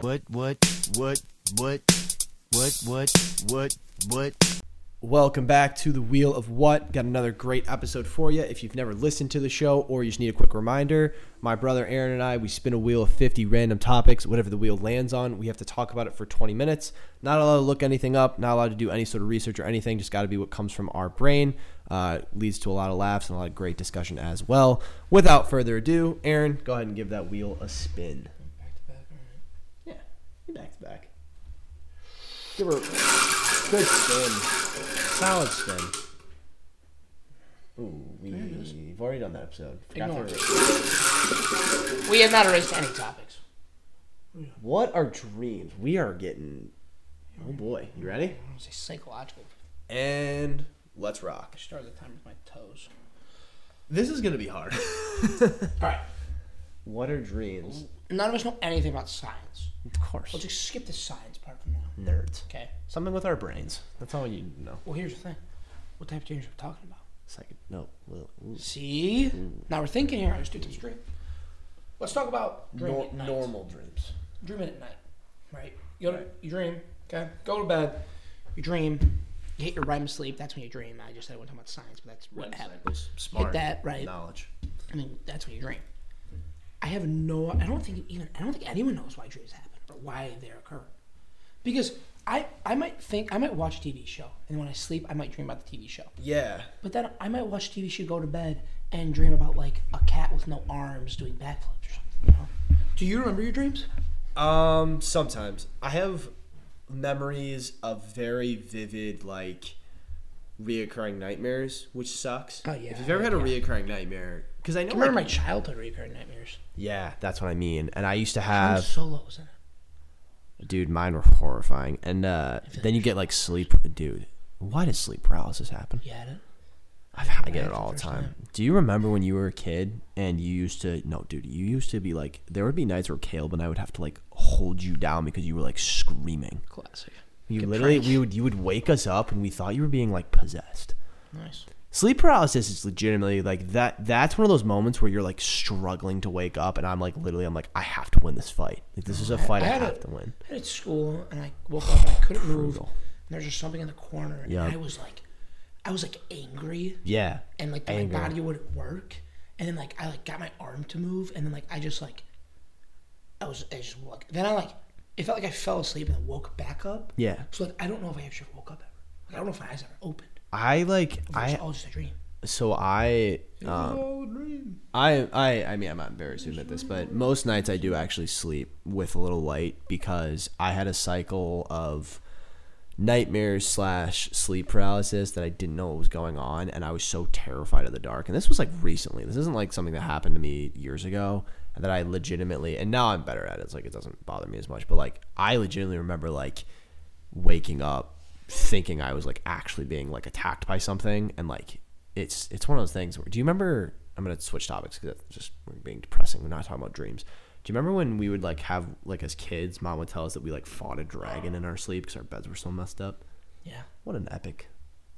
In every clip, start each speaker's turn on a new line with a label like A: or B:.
A: What, what, what, what, what, what, what, what?
B: Welcome back to the Wheel of What. Got another great episode for you. If you've never listened to the show or you just need a quick reminder, my brother Aaron and I, we spin a wheel of 50 random topics. Whatever the wheel lands on, we have to talk about it for 20 minutes. Not allowed to look anything up, not allowed to do any sort of research or anything. Just got to be what comes from our brain. Uh, leads to a lot of laughs and a lot of great discussion as well. Without further ado, Aaron, go ahead and give that wheel a spin. Yeah, you back to back. Give her a good spin. Solid spin. Ooh, we've already done that episode. Forgot to
C: Ignore it.
B: erase-
C: We have not erased any topics.
B: What are dreams? We are getting. Oh boy, you ready?
C: I want to say psychological.
B: And let's rock.
C: Start the time with my toes.
B: This is gonna be hard.
C: All right.
B: what are dreams?
C: None of us know anything about science.
B: Of course,
C: We'll just skip the science part for now.
B: nerds.
C: Okay.
B: Something with our brains. That's all you need to know.
C: Well, here's the thing. What type of dreams are we talking about?
B: Second, no. well, ooh.
C: See? Now we're thinking here. I just do this straight. Let's talk about dreaming
B: Nor-
C: at night.
B: normal dreams.
C: Dreaming at night, right? You, go to, you dream, okay? Go to bed. You dream. You hit your REM sleep. That's when you dream. I just said I wasn't talking about science, but that's what happened.
B: Smart.
C: that, right.
B: Knowledge.
C: I mean, that's when you dream. I have no. I don't think even. I don't think anyone knows why dreams happen or why they occur. Because I, I might think I might watch a TV show, and when I sleep, I might dream about the TV show.
B: Yeah.
C: But then I might watch a TV show, go to bed, and dream about like a cat with no arms doing backflips or something. You know? Do you remember your dreams?
B: Um, sometimes I have memories of very vivid, like reoccurring nightmares, which sucks.
C: Oh, yeah,
B: If you've ever had a reoccurring nightmare, because I know.
C: I remember my
B: like-
C: childhood recurring nightmares.
B: yeah, that's what I mean. And I used to
C: I'm
B: have,
C: solo was in it.
B: dude, mine were horrifying. And uh, then you get like sleep, dude. Why does sleep paralysis happen?
C: You had it.
B: I've had, I get
C: had
B: it
C: it the
B: all the
C: first
B: time.
C: time.
B: Do you remember when you were a kid and you used to? No, dude, you used to be like there would be nights where Caleb and I would have to like hold you down because you were like screaming.
C: Classic.
B: You
C: Good
B: literally
C: prank.
B: we would you would wake us up and we thought you were being like possessed.
C: Nice.
B: Sleep paralysis is legitimately like that that's one of those moments where you're like struggling to wake up and I'm like literally I'm like I have to win this fight. Like this is a fight I,
C: had
B: have
C: it-
B: to win.
C: I had at school and I woke up and I couldn't move. And
B: Brutal.
C: there's just something in the corner.
B: Yeah.
C: And I was like, I was like angry.
B: Yeah.
C: and like my
B: Anger.
C: body wouldn't work and then like i like got my arm to move and then like i just like i was i just like then i like it felt like i fell asleep and then woke back up
B: Yeah.
C: so like i don't know if i actually woke up ever like i don't know if my eyes ever opened
B: I like
C: it was
B: I
C: all just a dream
B: so I um
C: oh dream
B: I, I I mean I'm not embarrassed to admit this, but most nights I do actually sleep with a little light because I had a cycle of nightmares slash sleep paralysis that I didn't know what was going on and I was so terrified of the dark. And this was like recently. This isn't like something that happened to me years ago that I legitimately and now I'm better at it. It's like it doesn't bother me as much. But like I legitimately remember like waking up thinking I was like actually being like attacked by something and like it's it's one of those things where do you remember I'm gonna switch topics because that's just we're being depressing we're not talking about dreams do you remember when we would like have like as kids mom would tell us that we like fought a dragon in our sleep because our beds were so messed up
C: yeah
B: what an epic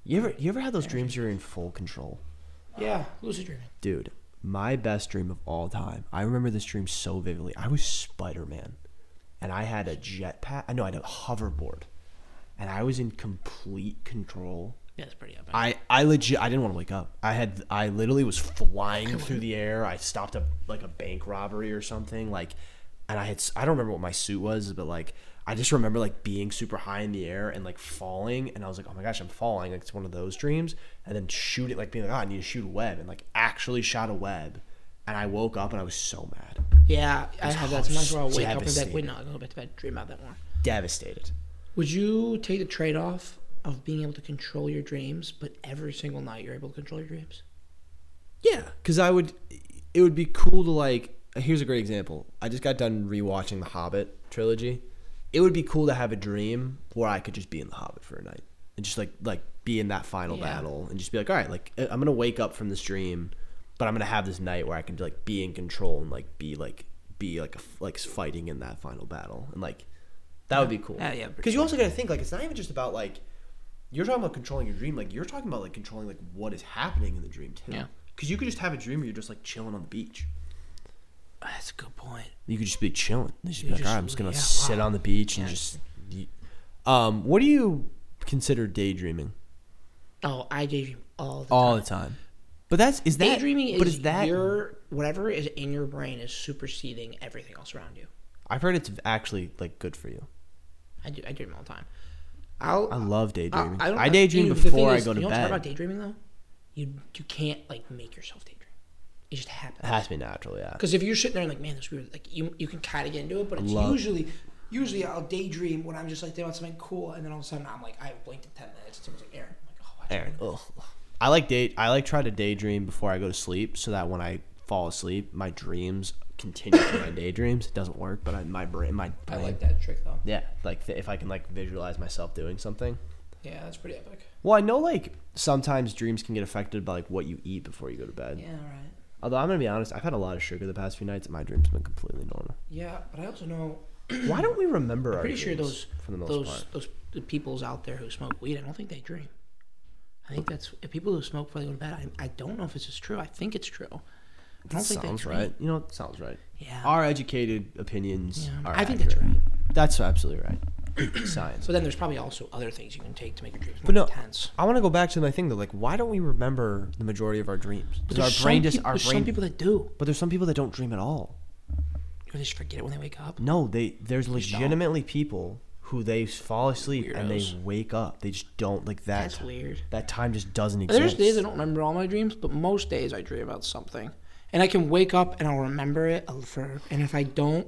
B: you ever you ever had those dreams you're in full control
C: yeah lucid dreaming
B: dude my best dream of all time I remember this dream so vividly I was Spider Man and I had a jetpack I know I had a hoverboard and I was in complete control
C: yeah that's pretty up
B: I, I legit I didn't want to wake up. I had I literally was flying through the air. I stopped a like a bank robbery or something like, and I had s- I don't remember what my suit was, but like I just remember like being super high in the air and like falling, and I was like, oh my gosh, I'm falling. Like it's one of those dreams, and then shooting like being like, oh, I need to shoot a web, and like actually shot a web, and I woke up and I was so mad,
C: yeah i had that sometimes where i'll wake up and be like
B: devastating.
C: wait no i'll go back to bed dream about that more
B: devastated.
C: would you take the trade-off of being able to control your dreams but every single night you're able to control your dreams
B: Yeah, because I would. It would be cool to like. Here's a great example. I just got done rewatching the Hobbit trilogy. It would be cool to have a dream where I could just be in the Hobbit for a night and just like like be in that final
C: Yeah.
B: battle and just be like, all right, like I- I'm gonna wake up from this dream, but I'm gonna have this night where I can like be in control and like be like be like a, f- like fighting in that final battle and like that would be cool.
C: Yeah, yeah,
B: Because you also gotta think like it's not even just about like you're talking about controlling your dream. Like you're talking about like controlling like what is happening in the dream too.
C: Yeah.
B: Because you could just have a dream where you're just like chilling on the beach.
C: That's a good point.
B: You could just be chilling. You just be
C: You
B: like,
C: just-
B: all right, I'm just gonna
C: yeah,
B: sit
C: wow.
B: on the beach and
C: Yeah.
B: just. y- Um, what do you consider daydreaming?
C: Oh, I daydream all the
B: All
C: time.
B: the time. But that's is that
C: Daydreaming
B: but
C: is,
B: is that
C: your whatever is in your brain is superseding everything else around you.
B: I've heard it's actually like good for you.
C: I do. I dream all the time. I'll.
B: I love daydreaming.
C: don't-
B: I daydream
C: you know, the thing
B: before I
C: is,
B: go to
C: you know what's hard about
B: bed.
C: daydreaming though, you you can't like make yourself daydream. It just happens.
B: It has to be natural, yeah.
C: Because if you're sitting there and like, man, this weird, like you you can kind of get into it, but it's
B: Love-
C: usually usually I'll daydream when I'm just like doing something cool, and then all of a sudden I'm like I haven't blinked in ten minutes. It's like Aaron, I'm like oh, I
B: Aaron, ugh. I like date. I like try to daydream before I go to sleep, so that when I fall asleep, my dreams continue for my daydreams. It doesn't work, but I, my brain, my
C: I
B: brain,
C: like that trick though.
B: yeah, like th- if I can like visualize myself doing something.
C: Yeah, that's pretty epic.
B: Well, I know like sometimes dreams can get affected by like what you eat before you go to bed.
C: Yeah, all right.
B: Although I'm gonna be honest, I've had a lot of sugar the past few nights, and my dreams have been completely normal.
C: Yeah, but I also know
B: Why don't we remember? our
C: pretty sure
B: dreams
C: those
B: for the most
C: those
B: part.
C: those the peoples out there who smoke weed, I don't think they dream. I think that's if people who smoke before they go to bed. I, I don't know if this is true. I think it's true. I don't think
B: sounds
C: they dream.
B: right. You know, it sounds right.
C: Yeah.
B: Our educated opinions
C: Yeah,
B: are.
C: I think that's right.
B: That's absolutely right. Science.
C: But then there's probably also other things you can take to make your dreams more
B: But no,
C: intense.
B: I want to go back to my thing though. Like, why don't we remember the majority of our dreams?
C: But
B: Does our
C: there's
B: brain
C: some
B: just
C: peop-
B: our
C: there's
B: brain.
C: some people that do.
B: but there's some people that don't dream at all.
C: Or they just forget it when they wake up.
B: No, they there's
C: don't.
B: legitimately people who they fall asleep and they
C: Weirdos.
B: wake up. They just don't like that.
C: That's weird.
B: That time just doesn't exist.
C: There's days I don't remember all my dreams, but most days I dream about something, and I can wake up and I'll remember it. I'll- For and if I don't,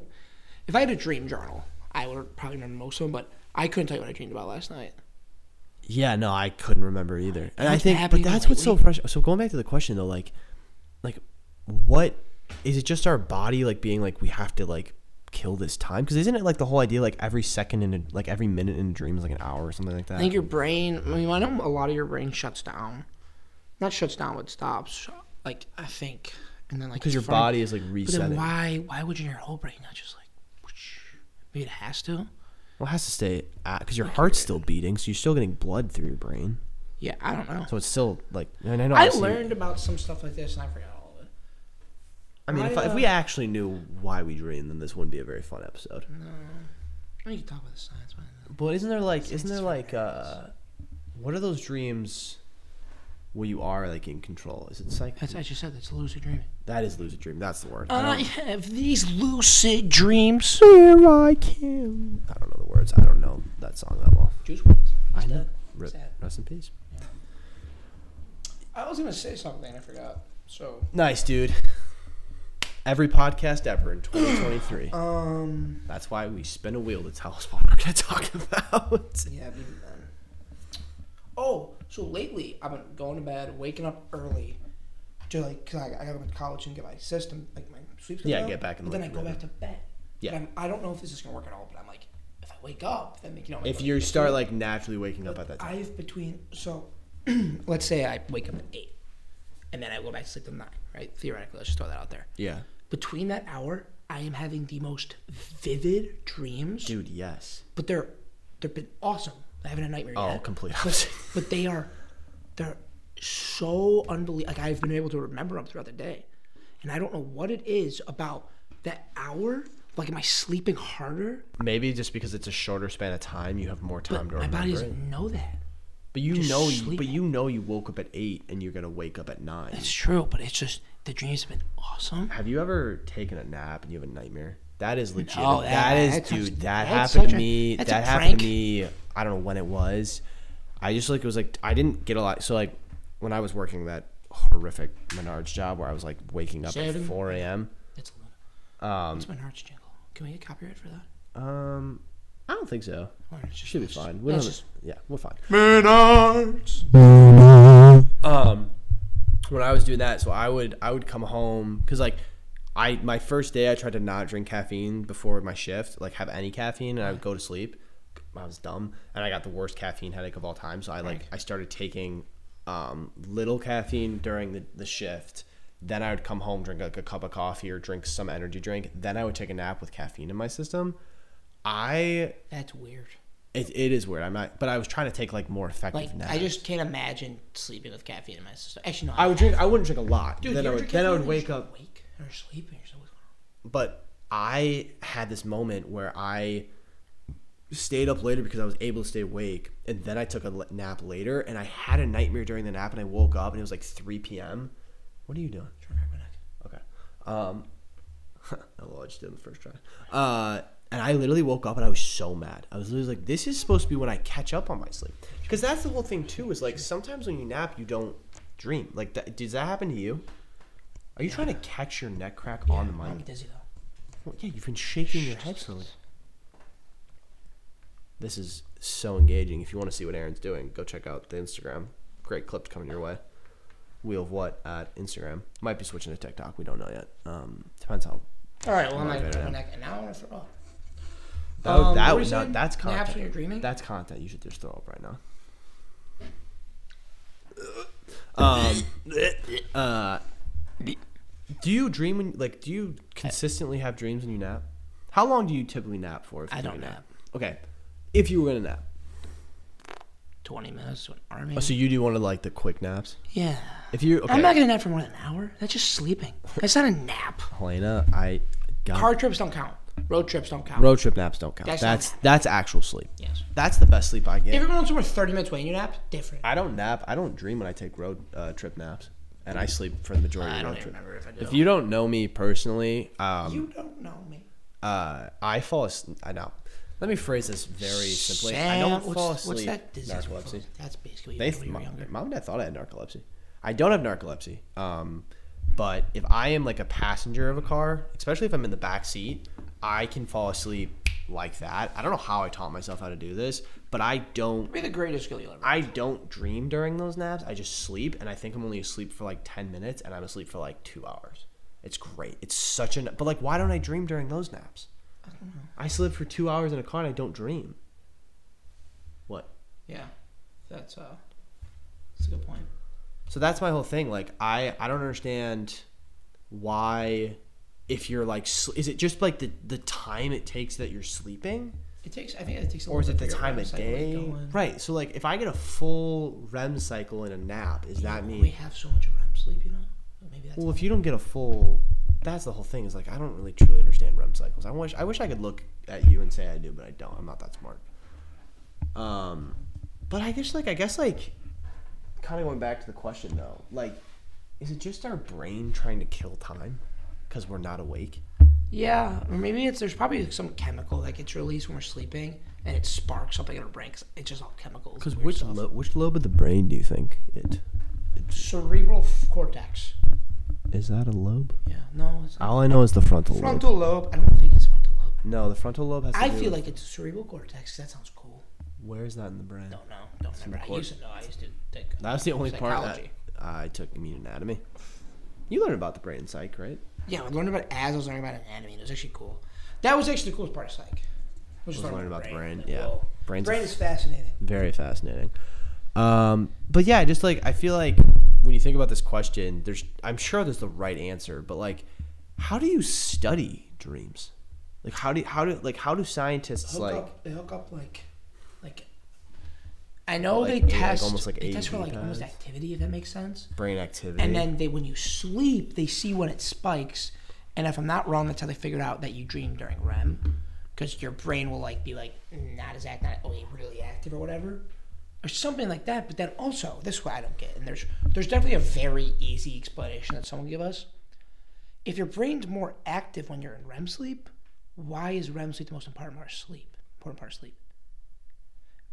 C: if I had a dream journal, I would probably remember most of them. But I couldn't tell you what I dreamed about last night.
B: Yeah, no, I couldn't remember either. And I
C: What's
B: think, but
C: happening
B: that's what's so
C: lately?
B: fresh. So going back to the question though, like, like, what is it? Just our body like being like we have to like kill this time because isn't it like the whole idea like every second in a, like every minute in a dream is like an hour or something like that.
C: I think your brain. I mean, I know a lot of your brain shuts down, not shuts down, but stops. Like I think, and then like
B: because your
C: from-
B: body is like
C: But then
B: resetting.
C: why? Why would your whole brain not just like? whoosh? Maybe it has to.
B: Well, it has to stay because your heart's still beating, so you're still getting blood through your brain.
C: Yeah, I don't know.
B: So it's still like and I know.
C: I
B: I've seen-
C: learned about some stuff like this, and I forgot all of it.
B: I mean, if,
C: I,
B: I, if
C: uh,
B: we actually knew why we dream, then this wouldn't be a very fun episode.
C: I mean, you can talk about the science behind that.
B: But isn't there like isn't there like uh what are those dreams where you are like in control? Is it psych
C: That's Uh, I just said that's lucid dreaming.
B: that is lucid dream, that's the word.
C: I have these lucid dreams.
B: Where I can I don't know the words. I don't know that song that well.
C: Juice WRLD.
B: I know.
C: Rip.
B: Rip. Rest in peace.
C: I was gonna say something I forgot. So
B: Nice dude. Every podcast ever in 2023.
C: um
B: That's why we spin a wheel to tell us what we're going to talk about.
C: yeah. Even then. Oh, so lately I've been going to bed, waking up early, to like cause I, I gotta go to college and get my system like my sleep. schedule
B: Yeah,
C: down,
B: get back in
C: But
B: the
C: then I go
B: rhythm.
C: back to bed.
B: Yeah.
C: And I'm- I don't know if this is gonna work at all, but I'm like, if I wake up, then like, you know.
B: If
C: like,
B: you start like naturally waking up at that time.
C: I have between so let's say I wake up at eight and then I go back to sleep at nine, right? Theoretically, let's just throw that out there.
B: Yeah.
C: Between that hour, I am having the most vivid dreams.
B: Dude, yes.
C: But they're they've been awesome. I haven't had a nightmare
B: Oh,
C: yet.
B: complete opposite.
C: But they are they're so unbelievable like I've been able to remember them throughout the day. And I don't know what it is about that hour. Like am I sleeping harder?
B: Maybe just because it's a shorter span of time, you have more time
C: But
B: to
C: my
B: remember.
C: body
B: it.
C: doesn't know that.
B: But you
C: just
B: know, you,
C: sleep.
B: but you know, you woke up at eight and you're gonna wake up at nine.
C: It's true, but it's just the dreams have been awesome.
B: Have you ever taken a nap and you have a nightmare? That is legit. that
C: No, Oh, that-
B: is,
C: that's-
B: dude. That
C: that's
B: happened
C: such
B: to
C: a-
B: me.
C: that's a
B: that happened
C: prank.
B: to me. I don't know when it was. I just like it was like I didn't get a lot. So like when I was working that horrific Menards job where I was like waking up
C: Seven.
B: at four a.m.
C: It's a little. Um, it's my Narch jingle. Can we get copyright for that?
B: Um, I don't think so.
C: Or it's just
B: Should be
C: us?
B: fine. We don't
C: That's
B: have-
C: just-
B: yeah, we're fine.
A: Menards.
B: um when I was doing that, so I would I would come home because like I my first day I tried to not drink caffeine before my shift, like have any caffeine, and I would go to sleep. I was dumb, and I got the worst caffeine headache of all time. So I like I started taking um, little caffeine during the, the shift. Then I would come home, drink like a cup of coffee or drink some energy drink. Then I would take a nap with caffeine in my system. I
C: That's weird.
B: it, it is weird. I'm not, but I was trying to take like more effective
C: Like
B: naps.
C: I just can't imagine sleeping with caffeine in my system. Actually, no.
B: I would drink. I wouldn't drink a lot.
C: Dude,
B: then
C: you
B: I
C: ever
B: would.
C: drink
B: Then I
C: caffeine
B: would
C: and you're
B: wake
C: just
B: up.
C: Wake or sleeping or something.
B: but I had this moment where I stayed up later because I was able to stay awake, and then I took a le- nap later, and I had a nightmare during the nap, and I woke up, and it was like 3 p.m. What are you doing?
C: Trying to crack my neck.
B: Okay. Um, well, I just did it on the first try. Uh, and I literally woke up and I was so mad. I was literally like, this is supposed to be when I catch up on my sleep. Because that's the whole thing, too, is like sometimes when you nap, you don't dream. Like, that, does that happen to you? Are you trying to catch your neck crack on the
C: Yeah, I'm
B: mic?
C: dizzy though.
B: Well, yeah, you've been shaking your head slowly. This is so engaging. If you want to see what Aaron's doing, go check out the Instagram. Great clip coming your way. Wheel of what at Instagram? Might be switching to TikTok. We don't know yet. Um, depends how.
C: All right. Well, I'm not
B: Okay,
C: gonna crack my
B: then.
C: neck, and now I want to throw up.
B: That,
C: Um, what
B: that
C: were
B: was
C: you
B: not.
C: saying?
B: That's content.
C: Naps when you're dreaming?
B: That's content. You should just throw up right now. Um, uh, do you dream when like do you consistently have dreams when you nap? How long do you typically nap for? If
C: I
B: you
C: don't nap.
B: Okay, if you were gonna nap,
C: Twenty minutes to an army.
B: oh, so you do one of like the quick naps.
C: yeah.
B: If you, okay,
C: I'm not gonna nap for more than an hour. That's just sleeping. That's not a nap.
B: Helena, I got
C: Car trips don't count. Road trips don't count.
B: road trip naps don't count.
C: That's
B: That's
C: not
B: that's, actual sleep.
C: Yes.
B: That's the best sleep I get.
C: If you're going somewhere 30 minutes away and you nap, different.
B: I don't nap. I don't dream when I take road uh, trip naps, and I sleep for the majority.
C: I
B: of the
C: don't
B: road
C: even
B: trip.
C: remember if I do.
B: If you don't know me personally, um,
C: You don't know me.
B: uh, I fall. As- I know. Let me phrase this very simply. I
C: Sam,
B: don't
C: what's,
B: fall asleep.
C: What's that disease? we call
B: narcolepsy.
C: it? That's basically what
B: They
C: you had when you
B: my,
C: were younger.
B: mom and dad thought I had narcolepsy. I don't have narcolepsy. Um, but if I am like a passenger of a car, especially if I'm in the back seat, I can fall asleep like that. I don't know how I taught myself how to do this, but I don't
C: Be the greatest skill you'll ever.
B: I don't dream during those naps. I just sleep, and I think I'm only asleep for like ten minutes, and I'm asleep for like two hours. It's great. It's such an but like, why don't I dream during those naps? I don't know. I sleep for two hours in a car and I don't dream. What?
C: yeah, that's uh, that's a good point.
B: So that's my whole thing. Like, I I don't understand why if you're like sl- is it just like the the time it takes that you're sleeping?
C: It takes. I think it takes. A
B: or is
C: little
B: it the
C: bit to figure out
B: time
C: what
B: of
C: cycle you're
B: day?
C: going.
B: Right. So like if I get a full REM cycle in a nap, is that mean
C: We have so much REM sleep, you know. Maybe that's.
B: Well, if you don't get a full, that's the whole thing. Is like I don't really truly understand REM cycles. I wish I wish I could look at you and say I do, but I don't. I'm not that smart. Um, but I guess like I guess like, kind of going back to the question though, like, is it just our brain trying to kill time because we're not awake?
C: yeah, or maybe it's there's probably some chemical that gets released when we're sleeping, and it sparks something in our brain. 'cause it's just all chemicals.
B: Because
C: and weird
B: which
C: stuff.
B: lo- which lobe of the brain do you think it
C: cerebral f- cortex.
B: is that a lobe?
C: Yeah, no, it's not.
B: All I know is the frontal, lobe.
C: frontal lobe. I don't think it's frontal lobe.
B: No, the frontal lobe has. To
C: I
B: do
C: feel
B: with-
C: like it's cerebral cortex. That sounds cool.
B: where is that in the brain?
C: Don't know. Don't remember. I
B: cor-
C: used to know. I used to take.
B: That was the only
C: Psychology.
B: part that I took immune anatomy. You learned about the brain and psych, right?
C: Yeah, I learned about as I was learning about anatomy. and It was actually cool. That was actually the coolest part of psych. Was,
B: Was learning about the brain,
C: Like,
B: yeah.
C: whoa.
B: Brain's a-
C: brain is fascinating.
B: Very fascinating. Um, but yeah, just like I feel like when you think about this question, there's I'm sure there's the right answer, but like, how do you study dreams? Like how do how do like how do scientists
C: Hook
B: like
C: up, they hook up like, like. I know
B: Like
C: they
B: A- like
C: test
B: almost like
C: they test for
B: AV
C: like almost
B: pads?
C: activity if that makes sense.
B: brain activity?
C: And then they when you sleep, they see when it spikes. And if I'm not wrong, that's how they figured out that you dream during REM, because your brain will like be like not as active, not oh, you're really active or whatever, or something like that. But then also this way I don't get. And there's there's definitely a very easy explanation that someone give us. If your brain's more active when you're in REM sleep, why is REM sleep the most important part of sleep? Important part of sleep.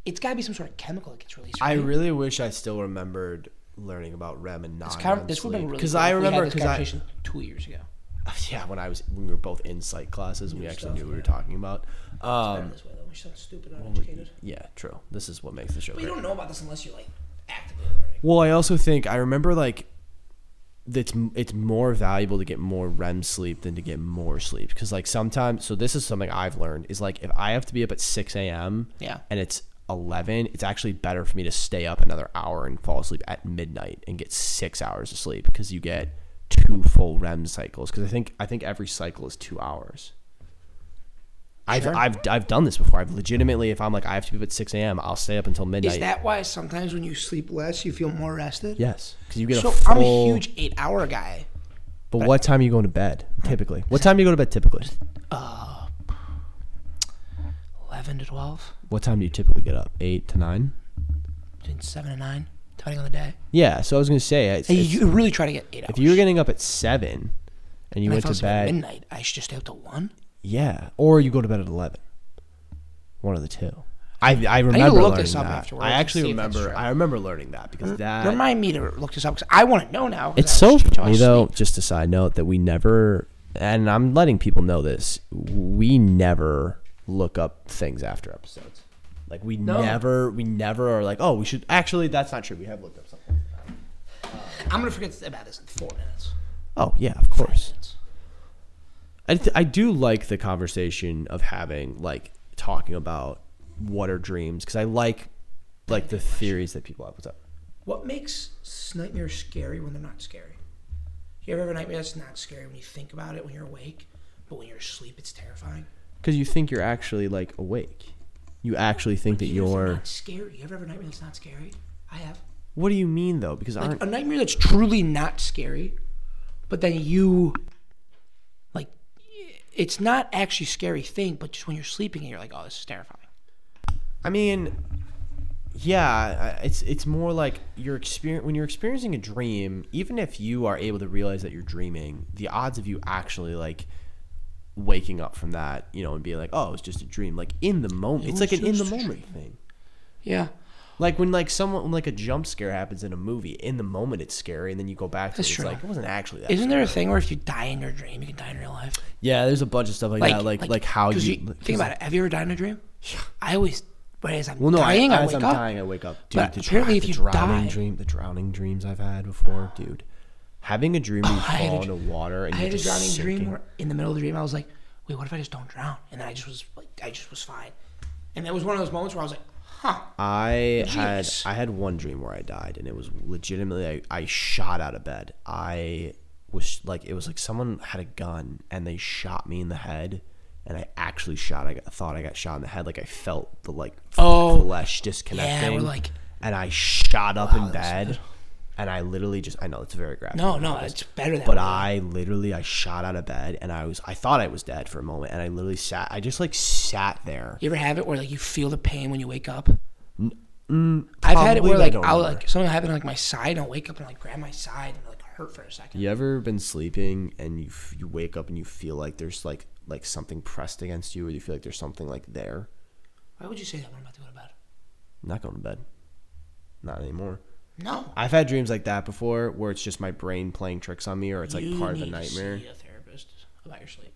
C: It's got to be some sort of chemical that gets released.
B: I
C: right?
B: really wish I still remembered learning about REM and non
C: Kind of- this would have been really
B: because
C: cool
B: I
C: if we had
B: remember
C: this
B: because I
C: conversation two years ago.
B: yeah when I was when we were both in psych classes and we actually knew what we were talking about. Um,
C: this way though. We sound stupid, uneducated.
B: yeah, true. This is what makes the show.
C: But
B: great.
C: you don't know about this unless you're like actively learning.
B: Well, I also think I remember like that's it's more valuable to get more REM sleep than to get more sleep because like sometimes so this is something I've learned is like if I have to be up at six a.m.
C: Yeah.
B: and it's eleven, it's actually better for me to stay up another hour and fall asleep at midnight and get six hours of sleep because you get two full REM cycles because I think I think every cycle is two hours. I've,
C: Sure.
B: I've I've done this before. I've legitimately, if I'm like I have to be up at six a.m., I'll stay up until midnight.
C: Is that why sometimes when you sleep less, you feel more rested?
B: yes? Because you get a
C: So
B: full.
C: I'm a huge eight-hour guy,
B: But what time are you going to bed typically? What time do you go to bed typically?
C: Eleven to twelve,
B: What time do you typically get up? Eight to nine?
C: between seven and nine, depending on the day.
B: Yeah. So I was gonna say, it's,
C: Hey,
B: it's-
C: you really try to get eight hours.
B: if you were getting up at seven and you
C: And I
B: went
C: fell
B: to
C: asleep at
B: bed,
C: midnight, I should just stay up till one.
B: yeah, or you go to bed at eleven. One of the two. I I remember
C: look
B: learning
C: this up
B: that.
C: afterwards
B: I
C: and
B: actually
C: see if that's
B: remember.
C: true.
B: I remember learning that because that
C: Remind me to look this up because I want to know now. 'cause
B: It's
C: I
B: so
C: just- I
B: funny though.
C: sleep.
B: Just a side note that we never, and I'm letting people know this. We never look up things after episodes. Like we never, we never are like, oh, we should actually. That's not true. We have looked up something.
C: I'm gonna forget about this in four minutes.
B: Oh yeah, of course.
C: Minutes.
B: I th- I do like the conversation of having like talking about what are dreams because I like like the theories that people have. What's up?
C: What makes s- nightmares scary when they're not scary? You ever have a nightmare that's not scary when you think about it when you're awake, but when you're asleep, it's terrifying?
B: Because you think you're actually like awake. You actually think that
C: Even if they're
B: you're.
C: not scary. You ever have a nightmare that's not scary? I have.
B: What do you mean though? Because
C: Like
B: aren't
C: a nightmare that's truly not scary, but then you, like, it's not actually a scary thing, but just when you're sleeping and you're like, oh, this is terrifying.
B: I mean, yeah, I- it's it's more like you're experience when you're experiencing a dream. Even if you are able to realize that you're dreaming, the odds of you actually like waking up from that, you know, and being like, "Oh, it's just a dream." Like in the moment, it's like
C: was
B: an in
C: just
B: the
C: a
B: moment thing.
C: Yeah.
B: Like when like someone when, like a jump scare happens in a movie, in the moment it's scary, and then you go back to
C: That's
B: it, it's
C: true.
B: like it wasn't actually that.
C: Isn't there a thing where if you die in your dream, you can die in real life?
B: yeah, there's a bunch of stuff like, that, like like, how
C: 'cause
B: you,
C: think about it. Have you ever died in a dream? I always, whereas I'm
B: Well, no,
C: dying, I,
B: I, as
C: wake
B: I'm
C: up.
B: dying, I wake up. Dude,
C: But
B: the
C: apparently
B: the
C: if you
B: drowning
C: die-
B: dream, the drowning dreams I've had before, dude. Having a dream where you
C: I had a
B: fall
C: dr-
B: into water and
C: I
B: you're
C: had a
B: just
C: drowning dream
B: sinking.
C: where in the middle of the dream I was like, wait, what if I just don't drown? And then I just was like, I just was fine. And that was one of those moments where I was like, huh.
B: I had
C: Jeez.
B: I had one dream where I died, and it was legitimately I, I shot out of bed. I was like, it was like someone had a gun and they shot me in the head, and I actually shot. I got, thought I got shot in the head. Like I felt the like f-
C: Oh.
B: flesh disconnecting.
C: Yeah, we're like-
B: and I shot up in bed, and I literally just I know it's very graphic.
C: No, no, it's better than
B: But I literally I shot out of bed and I was I thought I was dead for a moment and I literally sat I just like sat there.
C: You ever have it where like you feel the pain when you wake up? I've had it
B: mm, probably,
C: where
B: but I
C: like
B: don't
C: I'll
B: remember.
C: like something happened like my side and I'll wake up and like grab my side and like hurt for a second.
B: You ever been sleeping and you f- you wake up and you feel like there's like like something pressed against you or you feel like there's something like there?
C: Why would you say that when I'm about to go to bed?
B: I'm not going to bed. Not anymore.
C: No.
B: I've had dreams like that before where it's just my brain playing tricks on me or it's like
C: You
B: part of a
C: need to see
B: nightmare.
C: a therapist about your sleep.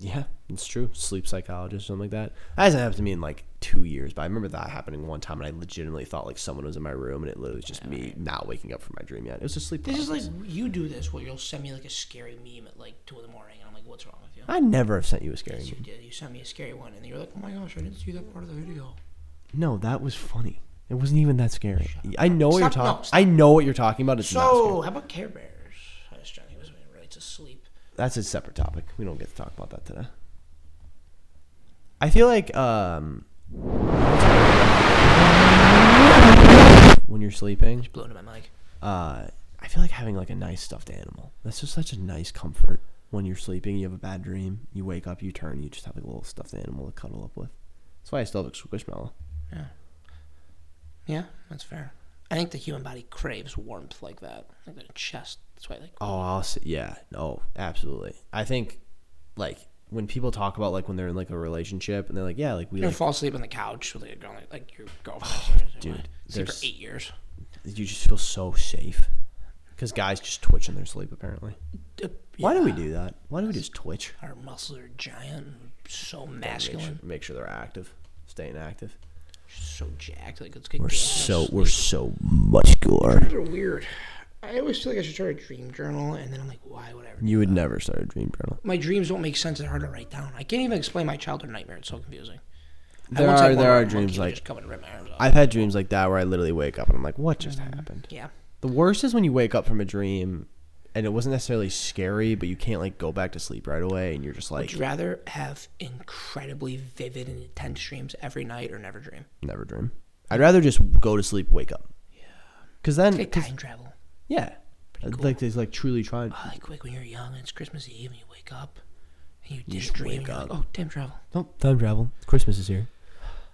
B: Yeah, it's true. Sleep psychologist, something like that. That hasn't happened to me in like two years, but I remember that happening one time, and I legitimately thought like someone was in my room, and it literally was just me not waking up from my dream yet. It was a sleep.
C: This is like
B: paralysis.
C: you do this where you'll send me like a scary meme at like two in the morning and I'm like, what's wrong with you?
B: I never have sent you a scary
C: You
B: meme.
C: did. You sent me a scary one, and you're like, "Oh my gosh, I didn't see that part of the video."
B: No, that was funny. It wasn't even that scary. I know what you're
C: Stop- no,
B: talking.
C: stop.
B: I know what you're talking about. It's not
C: So,
B: scary.
C: how about Care Bears? I was trying. He was right to sleep.
B: That's a separate topic. We don't get to talk about that today. I feel like um, when you're sleeping,
C: Blew into my mic.
B: uh, I feel like having like a nice stuffed animal. That's just such a nice comfort when you're sleeping. You have a bad dream. You wake up. You turn. You just have like a little stuffed animal to cuddle up with. That's why I still have a squishmallow.
C: Yeah. Yeah, that's fair. I think the human body craves warmth like that, like the chest. That's why, like,
B: Oh, I'll say, yeah. No, absolutely. I think like when people talk about like when they're in like a relationship and they're like, yeah, like we
C: you don't
B: like
C: fall asleep on the couch with like, a girl, like, like your girlfriend. or something.
B: dude,
C: sleep for
B: there's-
C: eight years.
B: you just feel so safe because guys just twitch in their sleep apparently.
C: Uh,
B: Why do we do that? Why do we just twitch?
C: Our muscles are giant, and
B: Make
C: so
B: sure,
C: masculine,
B: make sure they're active, staying active.
C: so jacked. Like it's good.
B: We're so we're so muscular.
C: are weird. I always feel like I should start a dream journal, and then I'm like, why would I ever
B: You would never start a dream journal.
C: my dreams don't make sense. They're hard to write down. I can't even explain my childhood nightmare. It's so confusing. I
B: There
C: once had
B: are-
C: one
B: there
C: where
B: are
C: a monkey
B: dreams
C: would
B: like-
C: just come and rip my arms off.
B: I've had dreams like that where I literally wake up and I'm like, what just
C: Mm-hmm.
B: happened?
C: yeah,
B: The worst is when you wake up from a dream and it wasn't necessarily scary, but you can't like go back to sleep right away and you're just like,
C: would you rather have incredibly vivid and intense dreams every night or never dream?
B: never dream. I'd rather just go to sleep, wake up. Yeah. Cause then,
C: Like time travel.
B: yeah.
C: pretty cool. Uh,
B: Like, they like truly trying.
C: I like quick when you're young and it's Christmas Eve and you wake up and you just dream.
B: wake
C: You're
B: up.
C: like, oh, time travel.
B: Don't time travel. Christmas is here.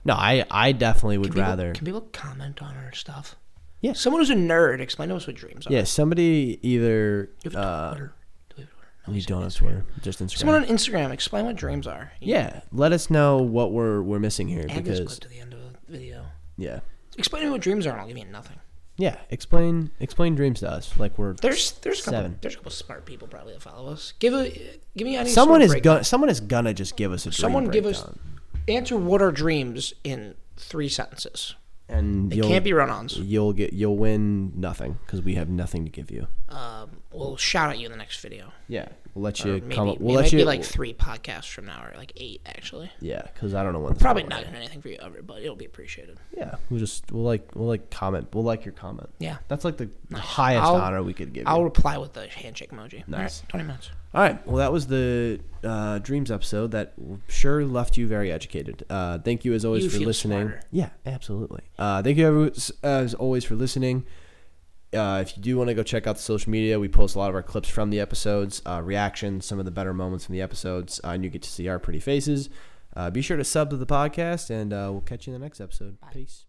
B: No, I I definitely would
C: Can people-
B: rather.
C: can people comment on our stuff?
B: Yeah.
C: Someone who's a nerd, explain to us what dreams are.
B: yeah, somebody either.
C: Do we have
B: Uh,
C: Twitter? Do we have Twitter? No,
B: we
C: just
B: don't have
C: Instagram.
B: Twitter, just Instagram.
C: Someone on Instagram, explain what dreams are.
B: yeah, let us know what we're we're missing here
C: Add this clip
B: because
C: to the end of the video.
B: yeah,
C: Explain to me what dreams are, and I'll give you nothing.
B: yeah. Explain explain dreams to us like we're
C: There's there's a couple
B: Seven.
C: there's a couple smart people probably that follow us. Give a give me any sort
B: someone
C: of
B: is
C: breakdown.
B: gonna someone is gonna just give us a dream
C: someone give us
B: breakdown,
C: answer what are dreams in three sentences.
B: and
C: They
B: you'll
C: can't be run-ons.
B: you'll get you'll win nothing because we have nothing to give you.
C: Um, we'll shout at you in the next video.
B: Yeah, we'll let
C: Or
B: you
C: maybe
B: come. Up,
C: it
B: we'll
C: might
B: let you
C: be like three podcasts from now, or like eight actually.
B: yeah, because I don't know when. this
C: Probably
B: will
C: not
B: end.
C: gonna do anything for you ever, but it'll be appreciated.
B: Yeah, we'll just we'll like we'll like comment. We'll like your comment.
C: Yeah.
B: that's like the highest
C: I'll-
B: honor we could give.
C: I'll
B: you.
C: reply with the handshake emoji.
B: Nice.
C: Nice. Twenty minutes.
B: All right. Well, that was the uh, dreams episode that sure left you very educated. Uh, thank you as always
C: You
B: for
C: feel
B: listening.
C: smarter.
B: Yeah, absolutely. Uh, thank you every- as always for listening. Uh, if you do want to go check out the social media, we post a lot of our clips from the episodes, uh, reactions, some of the better moments from the episodes, uh, and you get to see our pretty faces. Uh, be sure to sub to the podcast, and uh, we'll catch you in the next episode. Peace.